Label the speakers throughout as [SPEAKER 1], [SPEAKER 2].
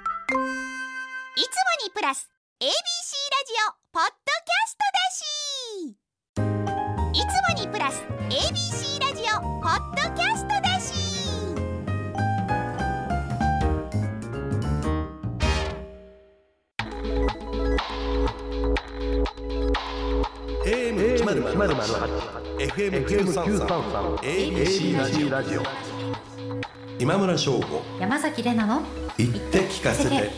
[SPEAKER 1] いつもにプラス ABC ラジオポッドキャストだしいつもにプラス ABC ラジオポッドキャストだし
[SPEAKER 2] 0 0 FM 九三三 ABC ラジオラジオ今村翔吾
[SPEAKER 3] 山崎れなの
[SPEAKER 2] 言って聞かせて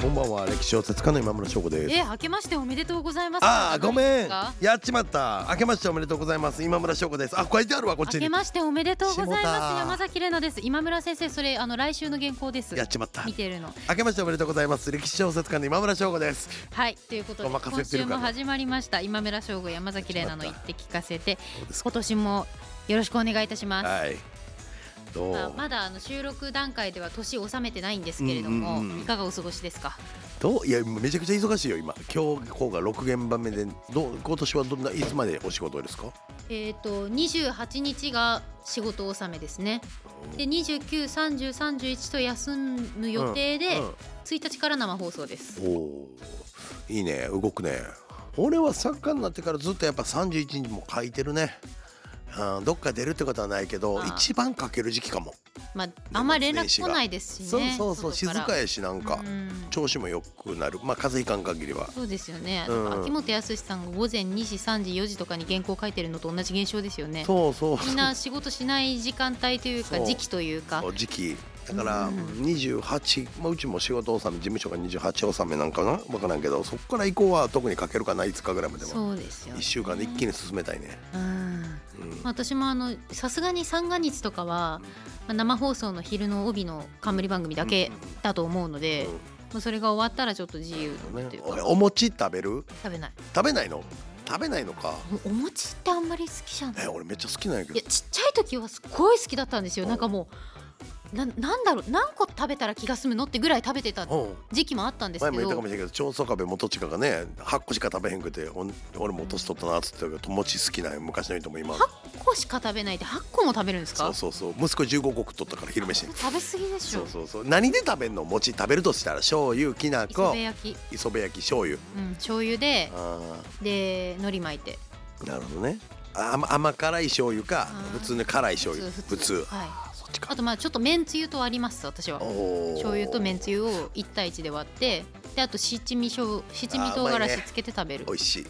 [SPEAKER 2] こんばんは歴史小説家の今村翔吾です
[SPEAKER 3] え明けましておめでとうございます
[SPEAKER 2] ああごめん
[SPEAKER 3] 明
[SPEAKER 2] やっちまった明けましておめでとうございます今村翔吾ですあ書いてあるわこっち
[SPEAKER 3] け
[SPEAKER 2] に
[SPEAKER 3] ましておめでとうございます
[SPEAKER 2] 下田
[SPEAKER 3] 山崎れなです今村先生それあの来週の原稿です
[SPEAKER 2] やっちまった
[SPEAKER 3] 見てるの
[SPEAKER 2] 明けましておめでとうございます歴史小説家の今村翔吾です
[SPEAKER 3] はいということで
[SPEAKER 2] ごまかせ
[SPEAKER 3] 今
[SPEAKER 2] てる
[SPEAKER 3] 週
[SPEAKER 2] かな
[SPEAKER 3] も始まりました今村翔吾山崎れなの言って聞かせて
[SPEAKER 2] どうですか
[SPEAKER 3] 今年もよろしくお願いいたします、
[SPEAKER 2] はいど
[SPEAKER 3] まあ、
[SPEAKER 2] う
[SPEAKER 3] まだあの収録段階では年収めてないんですけれども、
[SPEAKER 2] うんうんうん
[SPEAKER 3] いかがお過ごしですか
[SPEAKER 2] どういやめちゃくちゃ忙しいよ今今日今日が六現場目でどう今年はどんないつまでお仕事ですか
[SPEAKER 3] えっ、と28日が仕事納めですねで29、30、31と休む予定で、
[SPEAKER 2] うんうん
[SPEAKER 3] 1日から生放送です。
[SPEAKER 2] おおいいね動くね俺は作家になってからずっとやっぱ31日も書いてるねあーどっか出るってことはないけど
[SPEAKER 3] あー
[SPEAKER 2] 一番書ける時期かも、
[SPEAKER 3] まあ、あんま連絡来ないですしね。
[SPEAKER 2] そうそうそう静
[SPEAKER 3] 外ら
[SPEAKER 2] かやしなんか、
[SPEAKER 3] うん
[SPEAKER 2] 調子も良くなるまあ風邪ひかん限りは
[SPEAKER 3] そうですよね、
[SPEAKER 2] うん
[SPEAKER 3] なんか秋元康さんが午前2時、3時、4時とかに原稿書いてるのと同じ現象ですよね。
[SPEAKER 2] そうそう
[SPEAKER 3] みんな仕事しない時間帯というか
[SPEAKER 2] そう
[SPEAKER 3] 時期というか
[SPEAKER 2] そう時期だから
[SPEAKER 3] うん
[SPEAKER 2] 28、まあ、うちも仕事納め事務所が28納めなんかなわからんけどそこから以降は特に書けるかな5日ぐらいまでは
[SPEAKER 3] そうですよ、
[SPEAKER 2] 1
[SPEAKER 3] ね、
[SPEAKER 2] 週間で一気に進めたいね、
[SPEAKER 3] うん
[SPEAKER 2] うん
[SPEAKER 3] まあ私もあのさすがに三が日とかは、まあ、生放送の昼の帯の冠番組だけだと思うので、もうそれが終わったらちょっと自由
[SPEAKER 2] ね
[SPEAKER 3] という
[SPEAKER 2] お
[SPEAKER 3] か
[SPEAKER 2] お餅食べる
[SPEAKER 3] 食べない
[SPEAKER 2] 食べないの食べないのか
[SPEAKER 3] おお餅ってあんまり好きじゃない
[SPEAKER 2] え俺めっちゃ好きなんやけ
[SPEAKER 3] い
[SPEAKER 2] ど
[SPEAKER 3] やちっちゃい時はすっごい好きだったんですよ
[SPEAKER 2] うん
[SPEAKER 3] なんかもうななんだろう何個食べたら気が済むのってぐらい食べてた
[SPEAKER 2] うん
[SPEAKER 3] 時期もあったんです
[SPEAKER 2] 前
[SPEAKER 3] け
[SPEAKER 2] も言ったか
[SPEAKER 3] ど
[SPEAKER 2] もしれんけど長宗我部元親がね8個しか食べへんくておん俺も年取ったなっつってたけど餅好きなんや昔の人も今
[SPEAKER 3] 8個しか食べないで8個も食べるんです
[SPEAKER 2] そ
[SPEAKER 3] か
[SPEAKER 2] うそうそう息子15個食っとったから昼飯
[SPEAKER 3] 食べ過ぎでし
[SPEAKER 2] そ
[SPEAKER 3] ょ
[SPEAKER 2] うそうそう何で食べんの餅食べるとしたら醤油きな
[SPEAKER 3] 磯
[SPEAKER 2] こ
[SPEAKER 3] 辺焼き、
[SPEAKER 2] 磯辺焼き醤油
[SPEAKER 3] うん、醤油で
[SPEAKER 2] あ
[SPEAKER 3] で海苔巻いて
[SPEAKER 2] ーなるほどねあ甘甘辛い醤油か
[SPEAKER 3] あー
[SPEAKER 2] 普通の辛い醤油普通
[SPEAKER 3] はい、
[SPEAKER 2] あそっちか
[SPEAKER 3] あとまあちょっとめんつゆと割ります私は醤
[SPEAKER 2] 醤
[SPEAKER 3] 油とめんつゆを1対1で割ってであと七味醤七味唐辛子つけて食べる
[SPEAKER 2] 美味しい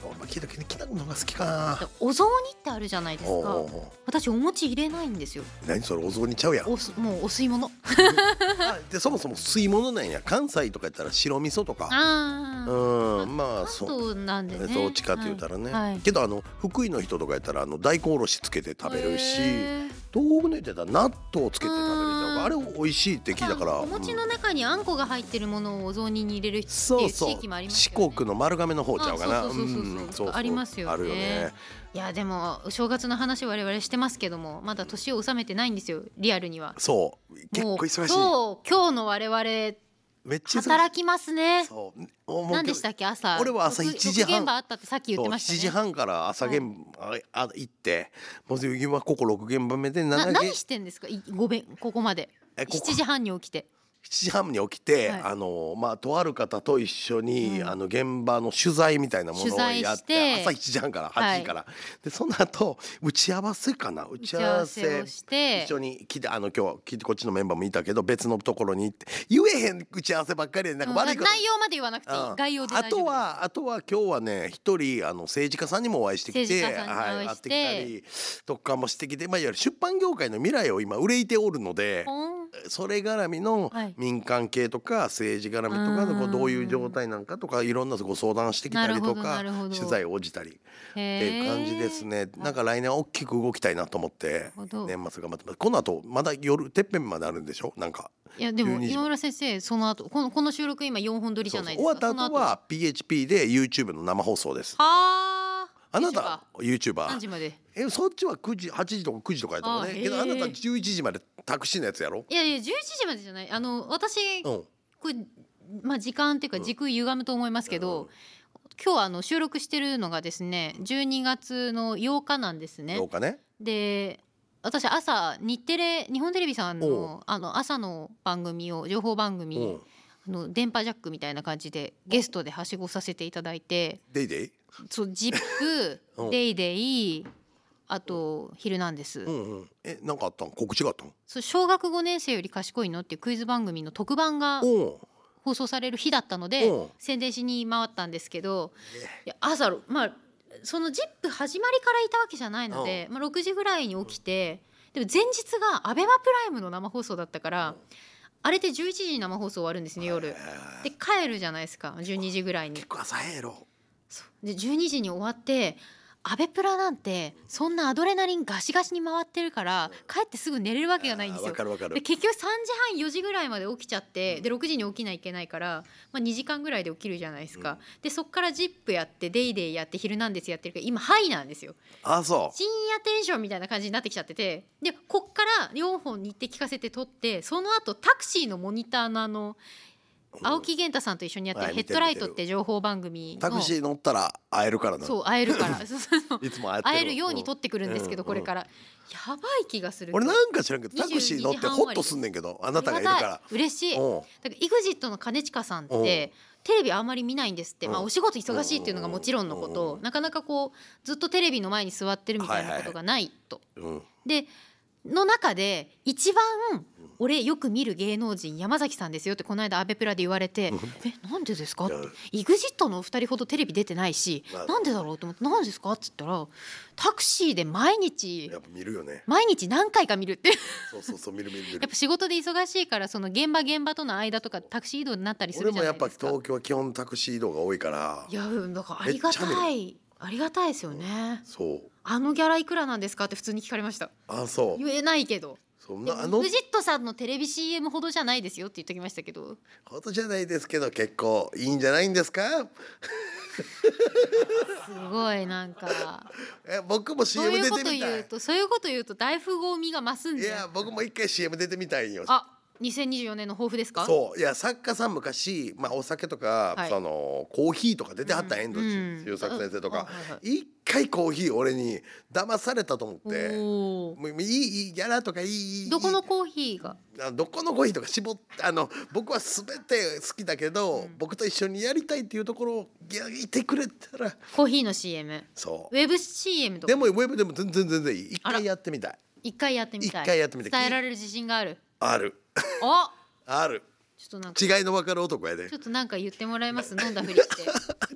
[SPEAKER 2] お前聞いたけどきなこの方が好きかな
[SPEAKER 3] でお雑煮ってあるじゃないです
[SPEAKER 2] おうお
[SPEAKER 3] か
[SPEAKER 2] うおう
[SPEAKER 3] 私お餅入れないんですよ
[SPEAKER 2] 何それお雑煮ち ゃうやん
[SPEAKER 3] おすもうお吸い物
[SPEAKER 2] あでそもそも吸い物なんや関西とかやったら白味噌とか
[SPEAKER 3] ああ
[SPEAKER 2] うんまあそう
[SPEAKER 3] そうなんでね
[SPEAKER 2] どっちかって言ったらね、
[SPEAKER 3] はいはい
[SPEAKER 2] けどあの福井の人とかやったらあの大根おろしつけて食べるし東北の人やったら納豆つけて食べるじ
[SPEAKER 3] うん
[SPEAKER 2] ゃんあれ美味しいって聞いたから
[SPEAKER 3] お餅
[SPEAKER 2] う
[SPEAKER 3] の
[SPEAKER 2] ん
[SPEAKER 3] 中にあんこが入ってるものをお雑煮に入れるって
[SPEAKER 2] そ
[SPEAKER 3] いうう地
[SPEAKER 2] そう、
[SPEAKER 3] 域もあります
[SPEAKER 2] 四
[SPEAKER 3] よね
[SPEAKER 2] 国の丸亀の方ちゃうかな
[SPEAKER 3] あそうそうそうそうそう
[SPEAKER 2] うん
[SPEAKER 3] ありますよね
[SPEAKER 2] あるよね
[SPEAKER 3] いやでもお正月の話我々してますけどもまだ年を収めてないんですよリアルには
[SPEAKER 2] そう結構忙しい
[SPEAKER 3] もう今日今日の我々
[SPEAKER 2] めっちゃ忙しい
[SPEAKER 3] 働きますね
[SPEAKER 2] そうおもう
[SPEAKER 3] 何でしたっけ朝
[SPEAKER 2] 俺は朝
[SPEAKER 3] 復
[SPEAKER 2] 1時半
[SPEAKER 3] 復現場あったってさっき言ってましたね
[SPEAKER 2] そう7時半から朝現場、ああ行ってもう今ここ6現場目で
[SPEAKER 3] な
[SPEAKER 2] 7
[SPEAKER 3] 何
[SPEAKER 2] 現
[SPEAKER 3] してんですかいごめんここまで
[SPEAKER 2] えここ
[SPEAKER 3] 7時半に起きて
[SPEAKER 2] 7時半に起きて、
[SPEAKER 3] はい
[SPEAKER 2] あのまあとある方と一緒に、
[SPEAKER 3] うん
[SPEAKER 2] あの現場の取材みたいなもの
[SPEAKER 3] 取
[SPEAKER 2] を
[SPEAKER 3] 材
[SPEAKER 2] やっ
[SPEAKER 3] してて
[SPEAKER 2] 朝7時半から
[SPEAKER 3] は
[SPEAKER 2] 8
[SPEAKER 3] い
[SPEAKER 2] 時から、でその後打ち合わせかな打
[SPEAKER 3] 打
[SPEAKER 2] ち合わせ
[SPEAKER 3] ち合わをして
[SPEAKER 2] 一緒に来てあの今日来てこっちのメンバーもいたけど別のところに行って言えへん打ち合わせばっかりでなんか悪い
[SPEAKER 3] うん
[SPEAKER 2] こと、
[SPEAKER 3] 内容まで言わなくていい
[SPEAKER 2] うん
[SPEAKER 3] 概要で
[SPEAKER 2] あ
[SPEAKER 3] 大丈夫
[SPEAKER 2] とはあとは今日はね一人あの政治家さんにもお会いしてきて
[SPEAKER 3] 政治家さんに
[SPEAKER 2] はい会
[SPEAKER 3] お会
[SPEAKER 2] って
[SPEAKER 3] いして
[SPEAKER 2] きたりとかもしてきて、まあ、いわゆる出版業界の未来を今憂いておるので
[SPEAKER 3] ほん
[SPEAKER 2] それ絡みの
[SPEAKER 3] はい
[SPEAKER 2] 民間系とか政治絡みとかのこ
[SPEAKER 3] う
[SPEAKER 2] うんどういう状態なんかとかいろんなご相談してきたりとか
[SPEAKER 3] なるほどなるほど
[SPEAKER 2] 取材応じたりって
[SPEAKER 3] へ
[SPEAKER 2] いう感じですねなんか来年は大きく動きたいなと思って
[SPEAKER 3] なるほど
[SPEAKER 2] 年末頑張ってますこの後まだ夜てっぺんまであるんでしょなんか
[SPEAKER 3] いやでも
[SPEAKER 2] 12時
[SPEAKER 3] 今村先生その後このこの収録今四本撮りじゃないです
[SPEAKER 2] そう
[SPEAKER 3] か
[SPEAKER 2] そう終わった後は PHP で YouTube の生放送です
[SPEAKER 3] その後は
[SPEAKER 2] あ
[SPEAKER 3] あ
[SPEAKER 2] なた
[SPEAKER 3] 何
[SPEAKER 2] YouTuber
[SPEAKER 3] 時まで
[SPEAKER 2] えそっちは9時8時とか9時とかやと思う
[SPEAKER 3] あ
[SPEAKER 2] ね
[SPEAKER 3] ー
[SPEAKER 2] けどあなた
[SPEAKER 3] へー
[SPEAKER 2] 11時までタクシーのやつやろ
[SPEAKER 3] いやいや11時までじゃないあの私
[SPEAKER 2] うん
[SPEAKER 3] これまあ時間っていうか時空歪むと思いますけど、今日あの収録してるのがですね12月の8日なんですね
[SPEAKER 2] どう。かね
[SPEAKER 3] で私朝日テレ日本テレビさん
[SPEAKER 2] お
[SPEAKER 3] のあの朝の番組を情報番組、
[SPEAKER 2] うん
[SPEAKER 3] あの電波ジャックみたいな感じでゲストではしごさせていただいて
[SPEAKER 2] デイデイ
[SPEAKER 3] そうジップ
[SPEAKER 2] うん
[SPEAKER 3] デイデイあと「ヒルナンデス」
[SPEAKER 2] うんうんえなんかあったん告知があったん
[SPEAKER 3] そう小学5年生より賢いのっていうクイズ番組の特番が
[SPEAKER 2] お
[SPEAKER 3] 放送される日だったので
[SPEAKER 2] うん
[SPEAKER 3] 宣伝しに回ったんですけどいや朝まあその「ジップ始まりからいたわけじゃないので、まあ、6時ぐらいに起きてでも前日がアベマプライムの生放送だったからあれって11時に生放送終わるんですね夜。
[SPEAKER 2] で
[SPEAKER 3] で帰るじゃないですか12時ぐらいに。
[SPEAKER 2] 朝早いろ
[SPEAKER 3] そうで12時に終わってアベプラなんてそんなアドレナリンガシガシに回ってるから帰ってすぐ寝れるわけがないんです
[SPEAKER 2] あーわ
[SPEAKER 3] よ
[SPEAKER 2] か。るわか
[SPEAKER 3] で
[SPEAKER 2] る
[SPEAKER 3] 結局3時半4時ぐらいまで起きちゃってで6時に起きないといけないから、まあ、2時間ぐらいで起きるじゃないですか、
[SPEAKER 2] うん
[SPEAKER 3] でそっから「ジップやって「デイデイやって「ヒルナンデス」やってるけど今「ハイ」なんですよ
[SPEAKER 2] あそ
[SPEAKER 3] 深夜テンションみたいな感じになってきちゃっててでこっから4本日程聞かせて撮ってその後タクシーのモニターのあの
[SPEAKER 2] う
[SPEAKER 3] 青木源太さんと一緒にやって
[SPEAKER 2] は
[SPEAKER 3] る「
[SPEAKER 2] い
[SPEAKER 3] ヘ
[SPEAKER 2] 見
[SPEAKER 3] ッ
[SPEAKER 2] てる
[SPEAKER 3] ドライト」って情報番組の
[SPEAKER 2] タクシー乗ったら会えるからな
[SPEAKER 3] そう会えるからそうそうそう
[SPEAKER 2] いつも会ってる
[SPEAKER 3] 会えるように撮ってくるんですけど、
[SPEAKER 2] うん
[SPEAKER 3] これからやばい気がする
[SPEAKER 2] 俺なんか知らんけどタクシー乗って
[SPEAKER 3] 22
[SPEAKER 2] ホッとすんねんけどあなたがいる
[SPEAKER 3] あり
[SPEAKER 2] か
[SPEAKER 3] がたい嬉しい
[SPEAKER 2] ら
[SPEAKER 3] だか
[SPEAKER 2] うん
[SPEAKER 3] ら EXIT の兼近さんっ
[SPEAKER 2] うん
[SPEAKER 3] てテレビあんまり見ないんですって、まあ、
[SPEAKER 2] うん
[SPEAKER 3] お仕事忙しいっていうのがもちろんのこ
[SPEAKER 2] うんうんう
[SPEAKER 3] と
[SPEAKER 2] ん
[SPEAKER 3] なかなかこうずっとテレビの前に座ってるみたいなことがないと。
[SPEAKER 2] うん
[SPEAKER 3] での中で一番俺よく見る芸能人山崎さんですよってこの間アベプラで言われて「えなんでですか?」って
[SPEAKER 2] うん
[SPEAKER 3] 「EXIT のお二人ほどテレビ出てないし
[SPEAKER 2] まあ
[SPEAKER 3] なんでだろう?」と思って「なんでですか?」って言ったらタクシーで毎日
[SPEAKER 2] やっぱ見るよね
[SPEAKER 3] 毎日何回か見るって
[SPEAKER 2] そうそうそう見る見る見
[SPEAKER 3] やっ
[SPEAKER 2] る
[SPEAKER 3] ぱ仕事で忙しいからその現場現場との間とかタクシー移動になったりす
[SPEAKER 2] 俺
[SPEAKER 3] るじ
[SPEAKER 2] も
[SPEAKER 3] ゃな
[SPEAKER 2] や
[SPEAKER 3] い
[SPEAKER 2] っぱ
[SPEAKER 3] ですか。
[SPEAKER 2] 東京は基本タクシー移動が多いから
[SPEAKER 3] いやうんだからありが
[SPEAKER 2] めっちゃ
[SPEAKER 3] たいありがたいですよね。
[SPEAKER 2] そう
[SPEAKER 3] あのギャラいくらなんですかって普通に聞かれました。
[SPEAKER 2] あそう
[SPEAKER 3] 言えないけど。
[SPEAKER 2] そん
[SPEAKER 3] で
[SPEAKER 2] なあ
[SPEAKER 3] も
[SPEAKER 2] の
[SPEAKER 3] フジットさんのテレビ CM ほどじゃないですよって言ってきましたけど
[SPEAKER 2] ことじゃないですけど結構いいんじゃないんですか
[SPEAKER 3] すごいな んか
[SPEAKER 2] え僕も
[SPEAKER 3] そう
[SPEAKER 2] CM
[SPEAKER 3] いう
[SPEAKER 2] 出
[SPEAKER 3] こと
[SPEAKER 2] てみた
[SPEAKER 3] 言う
[SPEAKER 2] い
[SPEAKER 3] とそういうこと言うと大富豪味が増すん
[SPEAKER 2] い
[SPEAKER 3] じゃ
[SPEAKER 2] や
[SPEAKER 3] ん
[SPEAKER 2] 僕も一回 CM 出てみたいよ
[SPEAKER 3] あ2024年の抱負ですか
[SPEAKER 2] そういや作家さん昔、まあ、お酒とか、
[SPEAKER 3] はい
[SPEAKER 2] そのコーヒーとか出てはった
[SPEAKER 3] うん
[SPEAKER 2] 遠藤
[SPEAKER 3] うん
[SPEAKER 2] 周作先生とか、
[SPEAKER 3] あはいは
[SPEAKER 2] 一回コーヒー俺に騙されたと思って。も
[SPEAKER 3] おー
[SPEAKER 2] ういいいいギャラとかいいいい
[SPEAKER 3] どこのコーヒーが
[SPEAKER 2] あどこのコーヒーとか絞ってあの僕は全て好きだけど、
[SPEAKER 3] うん
[SPEAKER 2] 僕と一緒にやりたいっていうところをいやいてくれたら
[SPEAKER 3] コーヒーの CM
[SPEAKER 2] そ
[SPEAKER 3] ウェブ CM
[SPEAKER 2] う
[SPEAKER 3] と
[SPEAKER 2] で
[SPEAKER 3] か
[SPEAKER 2] もウェブでも全然全然いい一
[SPEAKER 3] あら
[SPEAKER 2] 回やってみたい
[SPEAKER 3] 一回やってみたい
[SPEAKER 2] 一回やってみたい
[SPEAKER 3] 伝えられる自信がある
[SPEAKER 2] ある
[SPEAKER 3] お
[SPEAKER 2] ある
[SPEAKER 3] ちょっとなんか
[SPEAKER 2] 違いの分かる男やで
[SPEAKER 3] ちょっとなんか言ってもらえます飲んだふりして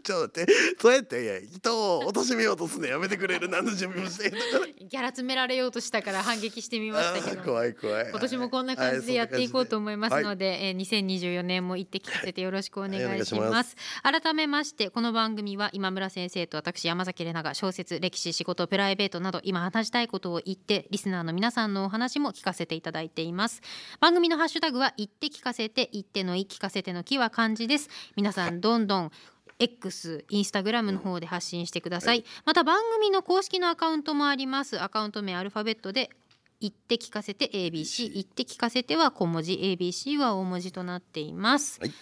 [SPEAKER 2] ちょっと待ってそうやっていや人を貶めようとすんのやめてくれる何の準備もしてんのか
[SPEAKER 3] ギャラ詰められようとしたから反撃してみましたけ
[SPEAKER 2] あー
[SPEAKER 3] ど
[SPEAKER 2] 怖い怖い
[SPEAKER 3] 今年もこんな感じでやっていこうと思いますの
[SPEAKER 2] で、
[SPEAKER 3] で、えー2024年も行って聞かせてよろしくお願いし
[SPEAKER 2] はいお願
[SPEAKER 3] ま
[SPEAKER 2] い
[SPEAKER 3] す,、
[SPEAKER 2] します
[SPEAKER 3] 改めましてこの番組は今村先生と私山崎怜奈が小説歴史仕事プライベートなど今話したいことを言ってリスナーの皆さんのお話も聞かせていただいています番組のハッシュタグは言って聞かせて言っての言い聞かせての木は漢字です皆さんどんどん X、インスタグラムの方で発信してください、また番組の公式のアカウントもありますアカウント名アルファベットで言って聞かせて ABC 言って聞かせては小文字 ABC は大文字となっています、
[SPEAKER 2] はい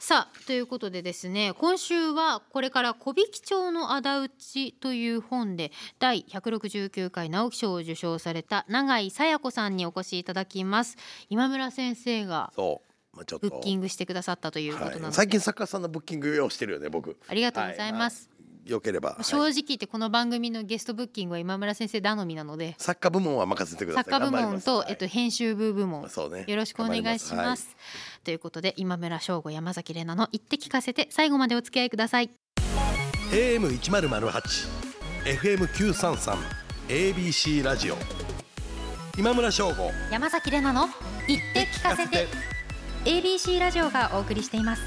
[SPEAKER 3] さあということでですね今週はこれから「小引町の仇討ち」という本で第169回直木賞を受賞された永井紗耶子さんにお越しいただきます今村先生が
[SPEAKER 2] そう、まあ、ちょっと
[SPEAKER 3] ブッキングしてくださったということなので、
[SPEAKER 2] はい、最近作家さんのブッキング用意してるよね僕
[SPEAKER 3] ありがとうございます、
[SPEAKER 2] はまあよければ、はい
[SPEAKER 3] 正直言ってこの番組のゲストブッキングは今村先生頼みなので
[SPEAKER 2] 作家部門は任せてください
[SPEAKER 3] 作家部
[SPEAKER 2] 頑張り
[SPEAKER 3] 門
[SPEAKER 2] ます
[SPEAKER 3] と、
[SPEAKER 2] はい
[SPEAKER 3] えっと、編集部部門
[SPEAKER 2] そうね
[SPEAKER 3] よろしくお願いし
[SPEAKER 2] 頑張
[SPEAKER 3] ます
[SPEAKER 2] り
[SPEAKER 3] ということで今村翔吾山崎怜奈の「言って聞かせて」最後までお付き合いください
[SPEAKER 2] AM 一ゼロゼロ八、FM 九三三、ABC ラジオ。今村翔吾。
[SPEAKER 3] 山崎怜奈の「言って聞かせて」ABC ラジオがお送りしています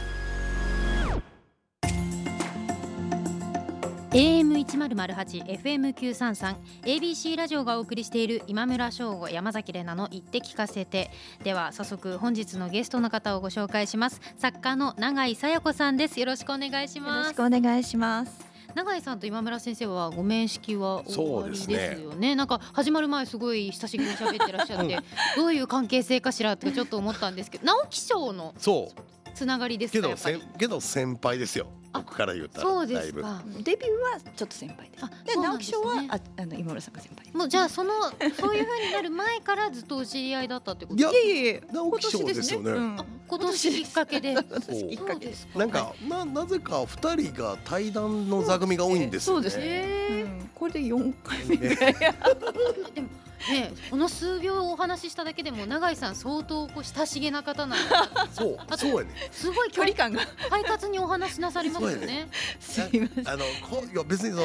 [SPEAKER 3] AM1008 FM933 ABC ラジオがお送りしている今村翔吾山崎怜奈の言って聞かせてでは早速本日のゲストの方をご紹介します作家の永井紗耶子さんですよろしくお願いし
[SPEAKER 4] よろ
[SPEAKER 3] ま
[SPEAKER 4] し
[SPEAKER 3] す
[SPEAKER 4] くお願いします。
[SPEAKER 3] 永井さんと今村先生はご面識はおありですよね
[SPEAKER 2] そう
[SPEAKER 3] なんか始まる前すごい久しぶりに 喋ってらっしゃって、どういう関係性かしらとかちょっと思ったんですけど直木賞の
[SPEAKER 2] そう。
[SPEAKER 3] つながりです
[SPEAKER 2] け
[SPEAKER 3] かや
[SPEAKER 2] ど
[SPEAKER 3] っぱ
[SPEAKER 2] せ
[SPEAKER 3] り
[SPEAKER 2] んけど先輩ですよ
[SPEAKER 3] あ
[SPEAKER 2] 僕から言ったら
[SPEAKER 3] そうで
[SPEAKER 2] だい
[SPEAKER 3] す
[SPEAKER 2] ぶ
[SPEAKER 3] か
[SPEAKER 4] デビューはちょっと先輩です
[SPEAKER 3] あ
[SPEAKER 4] で
[SPEAKER 3] そうなん
[SPEAKER 4] 直
[SPEAKER 3] で
[SPEAKER 4] 木
[SPEAKER 3] す
[SPEAKER 4] 賞は
[SPEAKER 3] ね
[SPEAKER 4] ああの今村さんが先輩
[SPEAKER 3] もうじゃあそのそういう風になる前からずっとお知り合いだったってこと
[SPEAKER 2] いや
[SPEAKER 4] いえいえ
[SPEAKER 2] 直木賞ですよね
[SPEAKER 4] 今
[SPEAKER 3] あ今年きっかけで
[SPEAKER 2] お
[SPEAKER 4] 年
[SPEAKER 2] う
[SPEAKER 4] きっ
[SPEAKER 3] そ
[SPEAKER 4] か
[SPEAKER 3] う
[SPEAKER 4] け
[SPEAKER 3] で
[SPEAKER 4] です
[SPEAKER 3] か
[SPEAKER 2] なんかななぜか二人が対談の座組が多いんですよね
[SPEAKER 4] そうです
[SPEAKER 3] へー
[SPEAKER 4] うんこれで四回目ぐらい
[SPEAKER 3] でもねこの数秒お話ししただけでも永井さん相当こう親しげな方なんで
[SPEAKER 2] そうそうやね
[SPEAKER 3] すごい
[SPEAKER 4] 距離感が
[SPEAKER 3] 快活にお話しなさりますよ
[SPEAKER 2] そうや
[SPEAKER 3] ね。
[SPEAKER 4] すいません
[SPEAKER 2] あのこいや別にその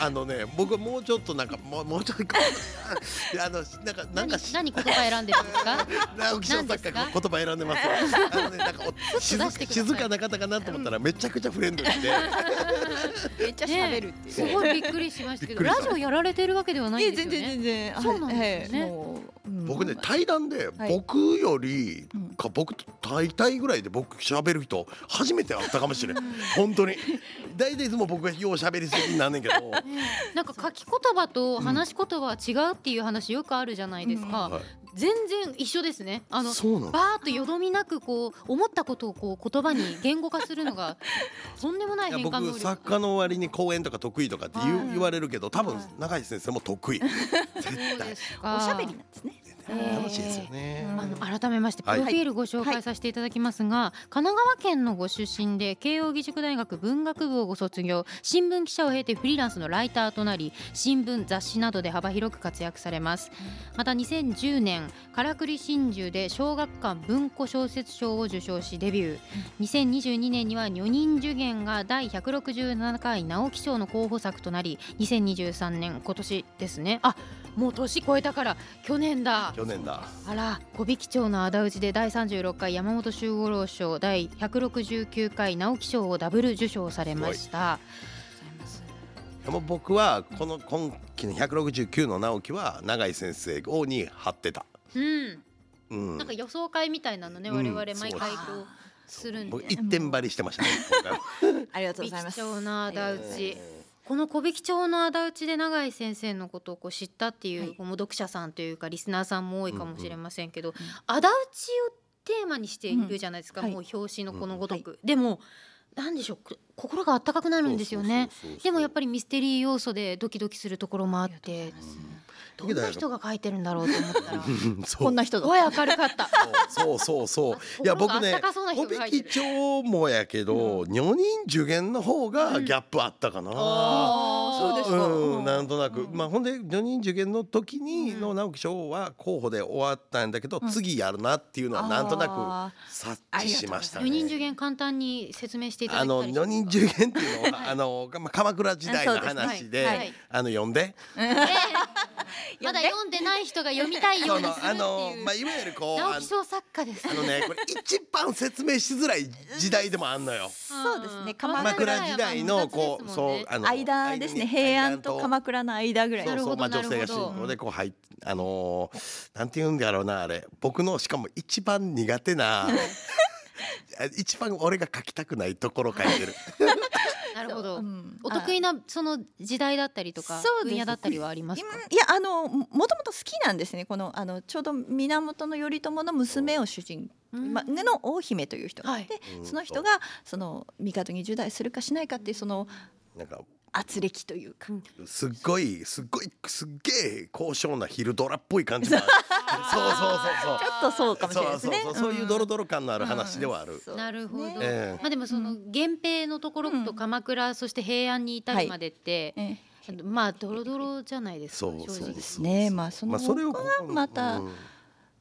[SPEAKER 2] あのね僕はもうちょっとなんかもうもうちょっとこう あのなんかなん
[SPEAKER 3] 何
[SPEAKER 2] かし
[SPEAKER 3] 何言葉選んでるんで すか？
[SPEAKER 2] 直木賞作家が
[SPEAKER 3] 何です
[SPEAKER 2] 言葉選ん でますあのねなんかお静
[SPEAKER 3] 出
[SPEAKER 2] か
[SPEAKER 3] してください
[SPEAKER 2] 静かな方かなと思ったらめちゃくちゃフレンドリーで
[SPEAKER 4] めっちゃ喋るっていう
[SPEAKER 3] すごいびっくりしましたけど、
[SPEAKER 2] びっく
[SPEAKER 3] ラ
[SPEAKER 2] りした
[SPEAKER 3] ジオやられてるわけではない
[SPEAKER 4] え
[SPEAKER 3] んです
[SPEAKER 4] 全
[SPEAKER 3] よね。
[SPEAKER 4] 然全然
[SPEAKER 3] そうなんですね
[SPEAKER 4] はいはいもううん
[SPEAKER 2] 僕ね対談で
[SPEAKER 4] はい
[SPEAKER 2] 僕より
[SPEAKER 4] うん
[SPEAKER 2] か僕と大体ぐらいで僕喋る人初めて会ったかもしれん本当に大体いつも僕がよう喋りすぎになんねんけど
[SPEAKER 3] なんか書き言葉と話し言葉は違うっていう話よくあるじゃないですか。
[SPEAKER 2] はい
[SPEAKER 3] 全然一緒ですね。あの
[SPEAKER 2] そうなの
[SPEAKER 3] バーッとよどみなくこう思ったことをこう言葉に言語化するのがとんでもない
[SPEAKER 2] いや
[SPEAKER 3] 変換能
[SPEAKER 2] 僕
[SPEAKER 3] 力。
[SPEAKER 2] 作家の割に講演とか得意とかって言
[SPEAKER 3] はいう
[SPEAKER 2] 言われるけど多分
[SPEAKER 4] はい
[SPEAKER 2] 永井先生も 得意絶
[SPEAKER 3] そうで
[SPEAKER 2] 対
[SPEAKER 3] すか
[SPEAKER 4] おしゃべりなんですね
[SPEAKER 3] えー
[SPEAKER 2] 楽しいですよね
[SPEAKER 4] うん
[SPEAKER 3] あの改めましてプ
[SPEAKER 2] はい
[SPEAKER 3] ロフィールご紹介させていただきますが、神奈川県のご出身で慶應義塾大学文学部をご卒業新聞記者を経てフリーランスのライターとなり新聞雑誌などで幅広く活躍されますまた2010年からくり真珠で小学館文庫小説賞を受賞しデビュー2022年には女人受験が第167回直木賞の候補作となり2023年今年ですねあもう年超えたから去年だ
[SPEAKER 2] 去年だ
[SPEAKER 3] あら小引町の仇討ちで第36回山本周五郎賞第169回直木賞をダブル受賞されました
[SPEAKER 2] でも僕はこの今期の169の直樹は永井先生をに張ってた
[SPEAKER 3] うん
[SPEAKER 2] うん
[SPEAKER 3] なんか予想会みたいなのね、
[SPEAKER 2] うん
[SPEAKER 3] 我々毎回こ
[SPEAKER 2] はい
[SPEAKER 4] あ
[SPEAKER 3] するん
[SPEAKER 2] 僕
[SPEAKER 3] で
[SPEAKER 2] 一点張りしてましたね今回は
[SPEAKER 4] ーありがと
[SPEAKER 3] 小
[SPEAKER 4] うござい
[SPEAKER 3] 引
[SPEAKER 4] ます
[SPEAKER 3] 町の仇討ち
[SPEAKER 2] えー
[SPEAKER 3] この小引町の仇討ちで永井先生のことをこう知ったっていう、
[SPEAKER 4] はい
[SPEAKER 3] こう読者さんというかリスナーさんも多いかもしれませんけど、
[SPEAKER 4] んうん
[SPEAKER 3] 仇討ちをテーマにしているじゃないですか、
[SPEAKER 4] うんはい
[SPEAKER 3] もう表紙のこのごとく、でもなんでしょうく心が温かくなるんですよね。
[SPEAKER 2] そうそうそうそう
[SPEAKER 3] でもやっぱりミステリー要素でドキドキするところもあってどんな人が書いてるんだろうと思った らす
[SPEAKER 2] うんそう
[SPEAKER 4] こんな人だ
[SPEAKER 3] ごい明るかった。
[SPEAKER 2] そうそうそうそういや
[SPEAKER 3] 心が
[SPEAKER 2] 僕ね
[SPEAKER 3] 温かそうな人
[SPEAKER 2] 小
[SPEAKER 3] が書いて
[SPEAKER 2] 引
[SPEAKER 3] る
[SPEAKER 2] 町もやけど女人受験の方がギャップあったかな、
[SPEAKER 4] あーそうですか
[SPEAKER 2] うん、なんとなく、
[SPEAKER 4] うん
[SPEAKER 2] まあ、ほんで女人受験の時に
[SPEAKER 3] うん
[SPEAKER 2] の直木賞は候補で終わったんだけど、
[SPEAKER 4] うん
[SPEAKER 2] 次やるなっていうのはなんとな
[SPEAKER 4] あ
[SPEAKER 2] く察知しましたね。
[SPEAKER 3] 四人受験簡単に説明していただ
[SPEAKER 2] あ
[SPEAKER 3] きた
[SPEAKER 2] の
[SPEAKER 3] いでしょう
[SPEAKER 2] 女人
[SPEAKER 3] か
[SPEAKER 2] 受験っていうのはあの、まあ、鎌倉時代の話で、
[SPEAKER 3] はいはい
[SPEAKER 2] あの 読んで
[SPEAKER 3] ええまだ読んでない人が読みたいよう
[SPEAKER 2] そ
[SPEAKER 3] に
[SPEAKER 2] の
[SPEAKER 3] するっ
[SPEAKER 2] あ
[SPEAKER 3] て
[SPEAKER 2] の、
[SPEAKER 3] いう
[SPEAKER 2] まあ、いわゆるこう
[SPEAKER 3] 直
[SPEAKER 2] あ
[SPEAKER 3] 木賞作家です。
[SPEAKER 2] あのねこれ一番説明しづらい時代でもあんのよ。
[SPEAKER 4] そうですね
[SPEAKER 3] うん
[SPEAKER 4] 鎌
[SPEAKER 2] 鎌倉時代のこう、
[SPEAKER 3] そ
[SPEAKER 2] そううあの
[SPEAKER 4] 間ですね平安と鎌倉の間ぐらい
[SPEAKER 2] そう
[SPEAKER 3] なる
[SPEAKER 2] そ
[SPEAKER 3] ほ
[SPEAKER 2] う
[SPEAKER 3] ど
[SPEAKER 2] まあ女性が
[SPEAKER 3] なるほど
[SPEAKER 2] 信仰でこう入っあのーなんて言うんだろうなあれ僕のしかも一番苦手 なあ一番俺が書きたくないところ書い てる
[SPEAKER 3] なるほど
[SPEAKER 4] うん
[SPEAKER 3] お得意なその時代だったりとか
[SPEAKER 4] そうです
[SPEAKER 3] 分野だったりはありますか
[SPEAKER 4] うんいやあのももともと好きなんですねこのあのちょうど源頼朝の娘を主人、ま、
[SPEAKER 3] うん
[SPEAKER 4] の大姫という人がいて、
[SPEAKER 2] うん
[SPEAKER 4] その人がその帝に従来するかしないかっていうその
[SPEAKER 2] なんか
[SPEAKER 4] 圧力というか、
[SPEAKER 2] すっごいすっごいすっげえ高尚な昼ドラっぽい感じがあるそうそうそうそう
[SPEAKER 4] ちょっとそうかもしれないですね
[SPEAKER 2] そうそうそうそういうドロドロ感のある
[SPEAKER 4] うん
[SPEAKER 2] 話ではある、
[SPEAKER 4] そう
[SPEAKER 3] なるほど、
[SPEAKER 4] ね
[SPEAKER 2] ええ
[SPEAKER 3] まあでもその源平のところ
[SPEAKER 4] う
[SPEAKER 3] と
[SPEAKER 4] ん
[SPEAKER 3] 鎌倉、そして平安に至るまでって、
[SPEAKER 4] ええ
[SPEAKER 3] まあドロドロじゃないですか
[SPEAKER 2] そう
[SPEAKER 3] 正
[SPEAKER 2] そ
[SPEAKER 3] 直
[SPEAKER 2] う
[SPEAKER 4] ですねまあその
[SPEAKER 2] ここの
[SPEAKER 4] また
[SPEAKER 2] うん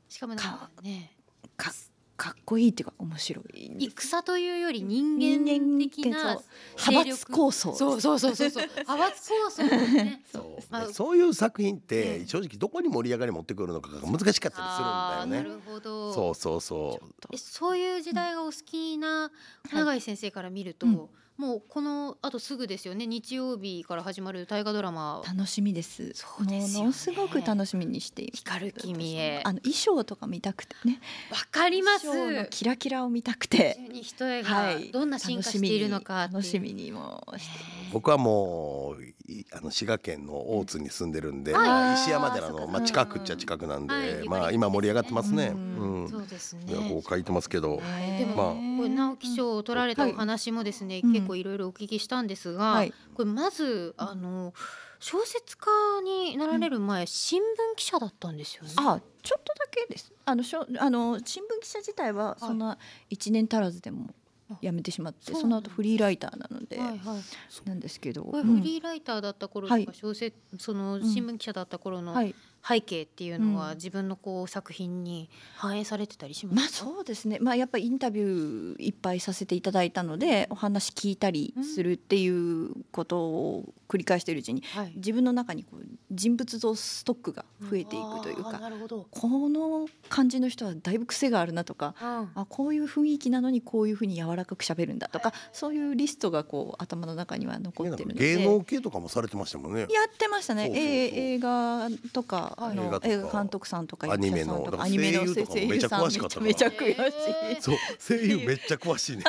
[SPEAKER 3] しかもなんかね
[SPEAKER 4] かかっこいいっていうか面白いんです
[SPEAKER 3] 戦というより人間的な
[SPEAKER 4] そう派閥構
[SPEAKER 3] 勢
[SPEAKER 4] 想
[SPEAKER 3] 力そうそうそうそうそう 派閥構想で すね
[SPEAKER 2] そう
[SPEAKER 3] まあ
[SPEAKER 2] そういう作品っ
[SPEAKER 3] う
[SPEAKER 2] て
[SPEAKER 3] ん
[SPEAKER 2] 正直どこに盛り上がり持ってくるのかが難しかったりするんだ
[SPEAKER 3] あーな
[SPEAKER 2] よね。
[SPEAKER 3] るほど
[SPEAKER 2] そうそうそう。
[SPEAKER 3] えそういう時代がお好きな永井先生から見ると、
[SPEAKER 4] うん
[SPEAKER 3] もうこのあとすぐですよね日曜日から始まる大河ドラマ
[SPEAKER 4] 楽しみです
[SPEAKER 3] そうですよね
[SPEAKER 4] ものすごく楽しみにしています
[SPEAKER 3] 光る君へ
[SPEAKER 4] あの衣装とか見たくてね
[SPEAKER 3] わかります
[SPEAKER 4] 衣装のキラキラを見たくて
[SPEAKER 3] 中に一重が
[SPEAKER 4] はい
[SPEAKER 3] どんな進化しているのかっていう
[SPEAKER 4] 楽しみに楽しみにもしています
[SPEAKER 2] 僕はもういあの滋賀県の大津に住んでるんで、
[SPEAKER 3] はい
[SPEAKER 2] まあ石山寺
[SPEAKER 4] あーそっ
[SPEAKER 2] の、
[SPEAKER 4] か
[SPEAKER 2] まあ、
[SPEAKER 4] そっ
[SPEAKER 2] 近
[SPEAKER 4] か
[SPEAKER 2] くっちゃ近くなんで、
[SPEAKER 3] はいゆかり
[SPEAKER 2] ま
[SPEAKER 3] で
[SPEAKER 2] あ
[SPEAKER 3] す
[SPEAKER 2] 今盛り上がってますね。う
[SPEAKER 4] う
[SPEAKER 2] んん
[SPEAKER 3] そうですね
[SPEAKER 2] いやこう書いてますけど、
[SPEAKER 3] はい、
[SPEAKER 4] ね
[SPEAKER 3] でも、
[SPEAKER 2] まあ
[SPEAKER 3] これ直木賞を取られたお話もですね、
[SPEAKER 4] うん
[SPEAKER 3] 結構いろいろお聞きしたんですが、
[SPEAKER 4] はい
[SPEAKER 3] これまずあの小説家になられる前、新聞記者だったんですよね。
[SPEAKER 4] あちょっとだけですあのしょあの新聞記者自体はそんな1年足らずでも辞めてしまって
[SPEAKER 3] あ
[SPEAKER 4] その後フリーライターなので
[SPEAKER 3] はいはい。
[SPEAKER 4] なんですけど、
[SPEAKER 3] これ
[SPEAKER 4] うん
[SPEAKER 3] フリーライターだった頃と
[SPEAKER 4] は
[SPEAKER 3] か
[SPEAKER 4] い
[SPEAKER 3] 小説、その
[SPEAKER 4] ん
[SPEAKER 3] 新聞記者だった頃の
[SPEAKER 4] はい
[SPEAKER 3] 背景っていうのは
[SPEAKER 4] うん
[SPEAKER 3] 自分のこう作品に反映されてたりしま
[SPEAKER 4] まあ
[SPEAKER 3] すか。
[SPEAKER 4] そうですね、まあ、やっぱインタビューいっぱいさせていただいたのでお話聞いたりするっていうことを繰り返しているうちに
[SPEAKER 3] はい。
[SPEAKER 4] 自分の中にこう人物像ストックが増えていくという
[SPEAKER 3] あー
[SPEAKER 4] か
[SPEAKER 3] なるほど。
[SPEAKER 4] この感じの人はだいぶ癖があるなとか
[SPEAKER 3] うん。
[SPEAKER 4] あこういう雰囲気なのにこういうふうに柔らかく喋るんだとかそういうリストがこう頭の中には残ってるので。
[SPEAKER 2] 芸能系とかもされてましたもんね。
[SPEAKER 4] やってましたね。
[SPEAKER 2] そうそうそう
[SPEAKER 4] えー映画とか、あ
[SPEAKER 2] 映
[SPEAKER 4] の
[SPEAKER 2] 画とか
[SPEAKER 4] 映画監督さんとか
[SPEAKER 2] アニメの
[SPEAKER 4] 役
[SPEAKER 2] だか
[SPEAKER 4] 者さんとか
[SPEAKER 2] ら
[SPEAKER 4] アニメの
[SPEAKER 2] 声優とかもめちゃ詳しかったから
[SPEAKER 4] めちゃめちゃ詳しい
[SPEAKER 3] へ。
[SPEAKER 2] そう声優めっちゃ詳しいね。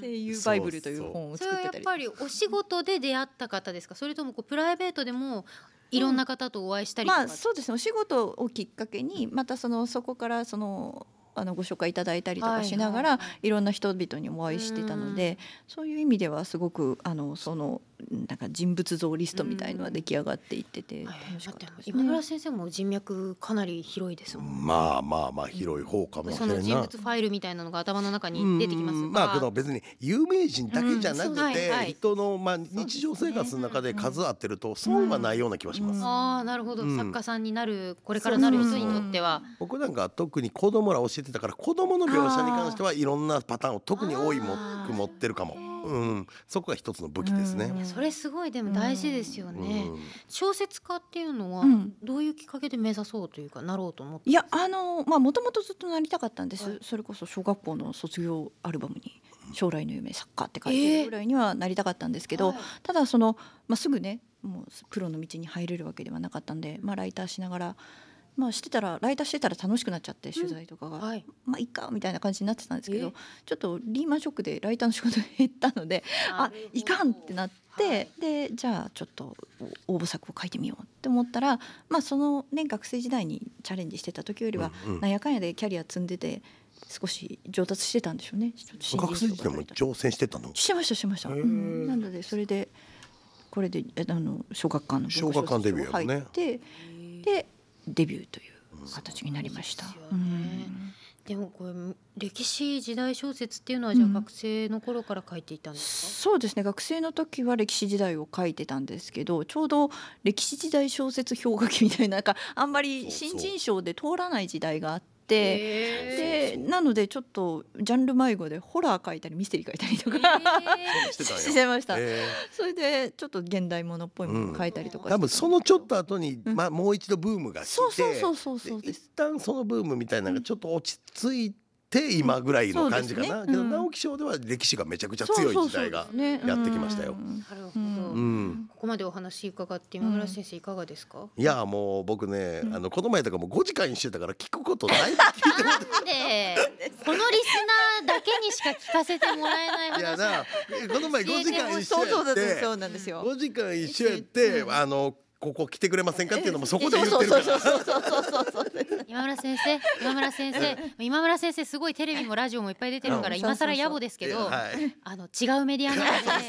[SPEAKER 4] 声優バイブルという本を
[SPEAKER 3] それ
[SPEAKER 4] 作
[SPEAKER 3] は
[SPEAKER 4] っ
[SPEAKER 3] や
[SPEAKER 4] て
[SPEAKER 3] った
[SPEAKER 4] り
[SPEAKER 3] ぱりお仕事で出会った方ですか。それともこうプライベートでもいろんな方とお会いしたりとか。
[SPEAKER 4] まあそうですねお仕事をきっかけにまたそのそこからそのあのご紹介いただいたりとかしながら、
[SPEAKER 3] はい
[SPEAKER 4] い
[SPEAKER 3] はいはい
[SPEAKER 4] ろんな人々にお会いしてたので、そういう意味ではすごくあのそのなんか人物像リストみたいのは出来上がっていってて
[SPEAKER 3] はい
[SPEAKER 4] 楽しかった
[SPEAKER 3] だって
[SPEAKER 4] です
[SPEAKER 3] 今村
[SPEAKER 4] ね。
[SPEAKER 3] 先生も人脈かなり広いですもんね。
[SPEAKER 2] まあまあまあ広い方かもしれ
[SPEAKER 3] そ
[SPEAKER 2] ん
[SPEAKER 3] の
[SPEAKER 2] な
[SPEAKER 3] 人物ファイルみたいなのが頭の中に出てきます
[SPEAKER 2] う
[SPEAKER 3] が
[SPEAKER 2] んまあけど別に有名人だけじゃな
[SPEAKER 3] うん
[SPEAKER 2] く
[SPEAKER 3] そうですねはい
[SPEAKER 2] て人のまあ日常生活の中で数合ってると損はないような気はします。
[SPEAKER 3] ああなるほど、
[SPEAKER 2] うん
[SPEAKER 3] 作家さんになるこれからなる人にとっては
[SPEAKER 2] 僕なんか特に子供ら教えてたから子供の描写に関してはいろんなパターンを特に多いも
[SPEAKER 3] あー
[SPEAKER 2] く持ってるかも。うん、そこが一つの武器ですね
[SPEAKER 4] う。ん
[SPEAKER 3] それすごいでも大事ですよね、
[SPEAKER 2] うん
[SPEAKER 3] 小説家っていうのは
[SPEAKER 4] うん
[SPEAKER 3] どういうきっかけで目指そうというかなろうと思って
[SPEAKER 4] いやあのまあもともとずっとなりたかったんです、
[SPEAKER 3] はい
[SPEAKER 4] それこそ小学校の卒業アルバムに「将来の夢サッカー」って書いてるぐらいにはなりたかったんですけど、
[SPEAKER 3] はい
[SPEAKER 4] ただその、まあ、すぐねもうプロの道に入れるわけではなかったんで、まあ、ライターしながら、まあ、してたらライターしてたら楽しくなっちゃって取材とかが、
[SPEAKER 3] はい
[SPEAKER 4] まあいいかみたいな感じになってたんですけ
[SPEAKER 3] え
[SPEAKER 4] どちょっとリーマンショックでライターの仕事が減ったのであいかんってなって、
[SPEAKER 3] はい
[SPEAKER 4] でじゃあちょっと応募作を書いてみようって思ったら、まあ、その、ね、学生時代にチャレンジしてた時よりは、
[SPEAKER 2] うんうん
[SPEAKER 4] なんやかんやでキャリア積んでて少し上達してたんでしょうね。ちょっと新人
[SPEAKER 2] 学生時代も
[SPEAKER 4] とか
[SPEAKER 2] 挑戦してたの。
[SPEAKER 4] してましたしてました、
[SPEAKER 2] へー
[SPEAKER 4] うんなのでそれでこれでえあの小学館の
[SPEAKER 2] 小学館デビューやもんね
[SPEAKER 4] 入ってでデビューという形になりました、
[SPEAKER 3] そうですよ
[SPEAKER 4] う
[SPEAKER 3] ね
[SPEAKER 4] ん
[SPEAKER 3] でもこれ歴史時代小説っていうのはじゃあ
[SPEAKER 4] うん
[SPEAKER 3] 学生の頃から書いていたんです
[SPEAKER 4] そうですね学生の時は歴史時代を書いてたんですけどちょうど歴史時代小説氷河期みたいななんかあんまり新人賞で通らない時代があ
[SPEAKER 3] か、
[SPEAKER 4] って。
[SPEAKER 3] へ
[SPEAKER 4] でなのでちょっとジャンル迷子でホラー書いたりミステリー書いたりと
[SPEAKER 3] ー
[SPEAKER 4] か、
[SPEAKER 3] へ
[SPEAKER 2] してたんや
[SPEAKER 4] してました、
[SPEAKER 2] え
[SPEAKER 4] それでちょっと現代ものっぽいものを書いたりと
[SPEAKER 2] ー
[SPEAKER 4] かして
[SPEAKER 2] 多分そのちょっと後に、
[SPEAKER 4] うん
[SPEAKER 2] まあもう一度ブームが来
[SPEAKER 4] そうそう
[SPEAKER 2] て
[SPEAKER 4] そうそうそうで
[SPEAKER 2] 一
[SPEAKER 4] す。
[SPEAKER 2] 旦そのブームみたいなのがちょっと落ち着いて今ぐらいの感じかな、
[SPEAKER 4] うんそう
[SPEAKER 2] け
[SPEAKER 4] ですね
[SPEAKER 2] ど
[SPEAKER 4] うん
[SPEAKER 2] 直木賞では歴史がめちゃくちゃ強い時代がやってきましたよ
[SPEAKER 4] うん
[SPEAKER 3] ーなるほど、
[SPEAKER 4] うん
[SPEAKER 2] うん
[SPEAKER 3] ここまでお話伺って今村先生いかがですか、
[SPEAKER 2] いやもう僕ね、
[SPEAKER 4] うん
[SPEAKER 2] あのこの前とかも5時間にしてたから聞くことないって聞いてもらっ
[SPEAKER 3] でこのリスナーだけにしか聞かせてもらえない
[SPEAKER 2] ていや
[SPEAKER 3] 話
[SPEAKER 2] なこの前5時間一緒
[SPEAKER 4] そうそう
[SPEAKER 2] や
[SPEAKER 4] だ
[SPEAKER 2] っ
[SPEAKER 4] ね
[SPEAKER 2] て
[SPEAKER 4] そうなんですよ。
[SPEAKER 2] 5時間一緒やって、
[SPEAKER 4] うん
[SPEAKER 2] あのここ来てくれませんかっていうのもそこで言ってる
[SPEAKER 4] そ
[SPEAKER 2] か
[SPEAKER 4] うそう
[SPEAKER 2] ら
[SPEAKER 4] そうそうそうそうそうそう。
[SPEAKER 3] 今村先生今村先生今村先生すごいテレビもラジオもいっぱい出てるから
[SPEAKER 4] うん
[SPEAKER 3] 今更野暮ですけ
[SPEAKER 2] いや
[SPEAKER 3] ど
[SPEAKER 2] はい
[SPEAKER 3] あの違うメディアの方で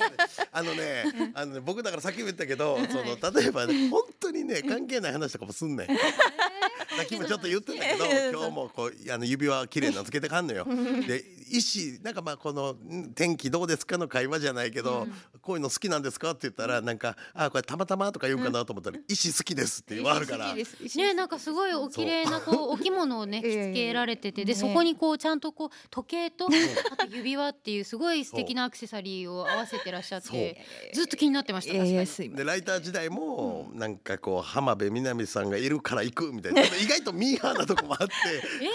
[SPEAKER 2] あのね、あのね、僕だからさっきも言ったけど、その例えばね、本当にね、関係ない話とかもすんねん。さっきもちょっと言ってた けど、今日もこう、あの指輪綺麗なのつけてかんのよ。で、医師、なんかまあ、このん天気どうですかの会話じゃないけど、こういうの好きなんですかって言ったら、なんか。あ、これたまたまとか言うかなと思ったら、医師好きですって言わはる から。
[SPEAKER 3] ねなんかすごいお綺麗なこうお着物をね着
[SPEAKER 4] ええ
[SPEAKER 3] 付けられててで
[SPEAKER 4] ね
[SPEAKER 3] そこにこうちゃんとこう時計とあと指輪っていうすごい素敵なアクセサリーを合わせてらっしゃってずっと気になってました
[SPEAKER 4] いやい
[SPEAKER 3] 確か
[SPEAKER 4] や
[SPEAKER 3] に。
[SPEAKER 4] すいませ
[SPEAKER 2] でライター時代もなんかこう浜辺美波さんがいるから行く みたいな意外とミーハーなとこもあって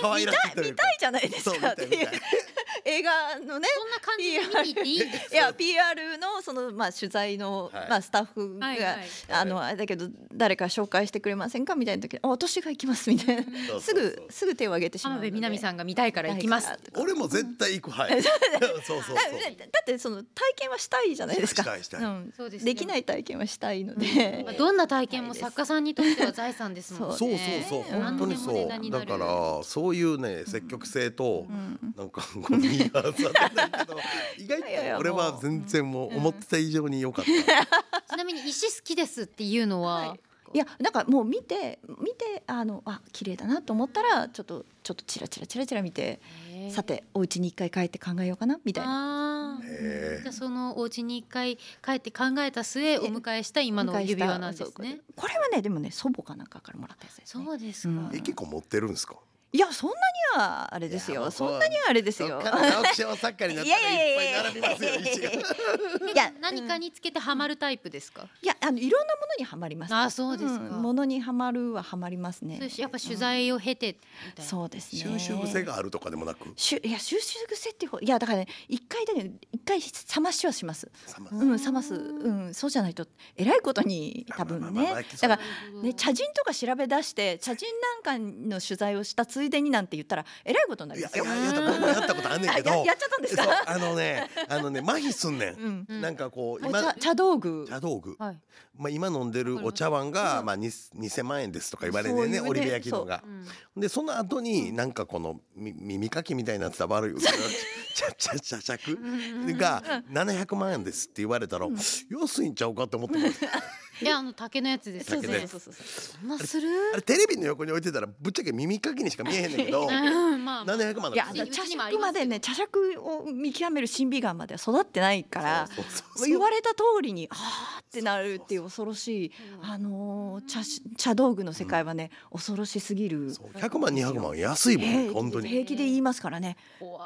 [SPEAKER 2] 可愛らしいとい
[SPEAKER 4] ん。
[SPEAKER 2] う
[SPEAKER 4] 見
[SPEAKER 2] か
[SPEAKER 4] たいじゃないです
[SPEAKER 2] そうみ
[SPEAKER 4] か。
[SPEAKER 2] たい
[SPEAKER 4] っていう
[SPEAKER 2] み
[SPEAKER 4] い
[SPEAKER 2] たい
[SPEAKER 4] 映画のね
[SPEAKER 3] そんな感じで見に行っていいんです
[SPEAKER 4] いや PR のその、まあ、取材の、
[SPEAKER 2] はい
[SPEAKER 4] まあ、スタッフが、
[SPEAKER 3] はいはい
[SPEAKER 4] あのあれだけど誰か紹介してくれませんかみたいな時にあ私が行きますみたいな
[SPEAKER 2] そう
[SPEAKER 4] す
[SPEAKER 2] そう
[SPEAKER 4] ぐ
[SPEAKER 2] そう
[SPEAKER 4] すぐ手を挙げてしまう
[SPEAKER 3] 浜
[SPEAKER 4] ので
[SPEAKER 3] 辺美波さんが見たいから行きます
[SPEAKER 4] だか
[SPEAKER 2] 俺も絶対行くはい そうそうそう
[SPEAKER 4] らだだってその体験はしたいじゃないですか
[SPEAKER 2] したいしたい
[SPEAKER 4] うん
[SPEAKER 3] そうですね
[SPEAKER 4] できない体験はしたいので
[SPEAKER 3] まあ、どんな体験も作家さんにとっては財産ですもんね。
[SPEAKER 2] そうそうそう本当に
[SPEAKER 3] 何でも
[SPEAKER 2] そ
[SPEAKER 3] 値段に
[SPEAKER 2] う
[SPEAKER 3] な
[SPEAKER 2] だ
[SPEAKER 3] る
[SPEAKER 2] からそういうね積極性と
[SPEAKER 4] うん
[SPEAKER 2] なんかゴミが刺さないけ ど意外と
[SPEAKER 4] いやいや
[SPEAKER 2] 俺は全然もう思ってた以上に良かった
[SPEAKER 3] ちなみに石好きですっていうのは、
[SPEAKER 4] はいいやなんかもう見て見てあのあ綺麗だなと思ったらちょっとちょっとチラチラチラチラ見て
[SPEAKER 3] へー
[SPEAKER 4] さてお家に一回帰って考えようかなみたいな
[SPEAKER 3] あー
[SPEAKER 2] へー
[SPEAKER 3] じゃあそのお家に一回帰って考えた末お迎えした今の指輪なんですね。
[SPEAKER 4] これはねでもね祖母かなんかからもらったやつです、ね、
[SPEAKER 3] そうですか。
[SPEAKER 4] うん
[SPEAKER 2] え結構持ってるんですか
[SPEAKER 4] いやそんなにはあれです
[SPEAKER 2] い
[SPEAKER 4] よ
[SPEAKER 2] や
[SPEAKER 4] そんなにはあれです
[SPEAKER 2] そ
[SPEAKER 4] よ
[SPEAKER 2] っから直木賞作家になったら
[SPEAKER 4] いやいやい
[SPEAKER 2] いっ
[SPEAKER 4] や
[SPEAKER 2] ぱい並びますよ石が
[SPEAKER 4] いや
[SPEAKER 3] 何か
[SPEAKER 4] うん
[SPEAKER 3] につけてハマるタイプですか。
[SPEAKER 4] いやあのいろんなものにはまります
[SPEAKER 3] あーそうですか
[SPEAKER 4] ものにはまるははまりますね
[SPEAKER 3] そうしやっぱ取材を経てみたいな。
[SPEAKER 4] そうですね
[SPEAKER 2] 収集癖があるとかでもなく
[SPEAKER 4] しゅいや収集癖っていう方いやだからね一回だけ一回冷ましはします
[SPEAKER 2] さま
[SPEAKER 4] うん冷ますうんそうじゃないとえらいことに多分
[SPEAKER 2] まあまあまあま
[SPEAKER 4] ね
[SPEAKER 2] あ
[SPEAKER 4] だから
[SPEAKER 3] ら
[SPEAKER 4] ね、茶人とか調べ出して茶人なんかの取材をしたついでになんて言ったらえらいことにないりま
[SPEAKER 2] や
[SPEAKER 4] す
[SPEAKER 2] い
[SPEAKER 4] よ。
[SPEAKER 2] ややったことやったことあんねん
[SPEAKER 4] あ
[SPEAKER 2] けど
[SPEAKER 4] ややっちゃったんです
[SPEAKER 2] そう
[SPEAKER 4] か。
[SPEAKER 2] あのねあのね麻痺すんねん
[SPEAKER 4] うん。
[SPEAKER 2] なんかこう
[SPEAKER 4] お
[SPEAKER 2] 今
[SPEAKER 4] 茶茶道具。
[SPEAKER 2] 茶道具
[SPEAKER 3] はい。
[SPEAKER 2] まあ今飲んでるお茶碗がまあに2000万円ですとか言われて
[SPEAKER 4] そうい
[SPEAKER 2] ね
[SPEAKER 4] うね
[SPEAKER 2] オリビア機能が
[SPEAKER 3] うん
[SPEAKER 2] でその後になんかこのみ耳かきみたいなやつだ悪いけど ちゃちゃちゃちゃくが700万円ですって言われたら安いんちゃうかって思ってます
[SPEAKER 3] いやあの竹のやつです
[SPEAKER 4] そ
[SPEAKER 3] よ
[SPEAKER 4] う
[SPEAKER 2] 竹ね
[SPEAKER 3] ね。
[SPEAKER 4] そうそうそうそう。
[SPEAKER 3] そんなする？
[SPEAKER 2] あれテレビの横に置いてたらぶっちゃけ耳かきにしか見えへんねんけど
[SPEAKER 3] うんまあまあ。
[SPEAKER 2] 700万
[SPEAKER 4] いや
[SPEAKER 2] だ
[SPEAKER 4] あ
[SPEAKER 2] から
[SPEAKER 4] の
[SPEAKER 3] うち
[SPEAKER 4] 茶
[SPEAKER 3] にもあり
[SPEAKER 4] 尺
[SPEAKER 3] ま
[SPEAKER 4] ます
[SPEAKER 3] けど
[SPEAKER 4] でね茶尺を見極める審美眼までは育ってないから
[SPEAKER 2] そうそうそう
[SPEAKER 4] 言われた通りにあーってなるっていう恐ろしいあのー茶し茶道具の世界はね恐ろしすぎる。
[SPEAKER 2] そう100万200万安いも
[SPEAKER 4] 平
[SPEAKER 2] ん本当に
[SPEAKER 4] 平気で言いますからね。
[SPEAKER 3] 怖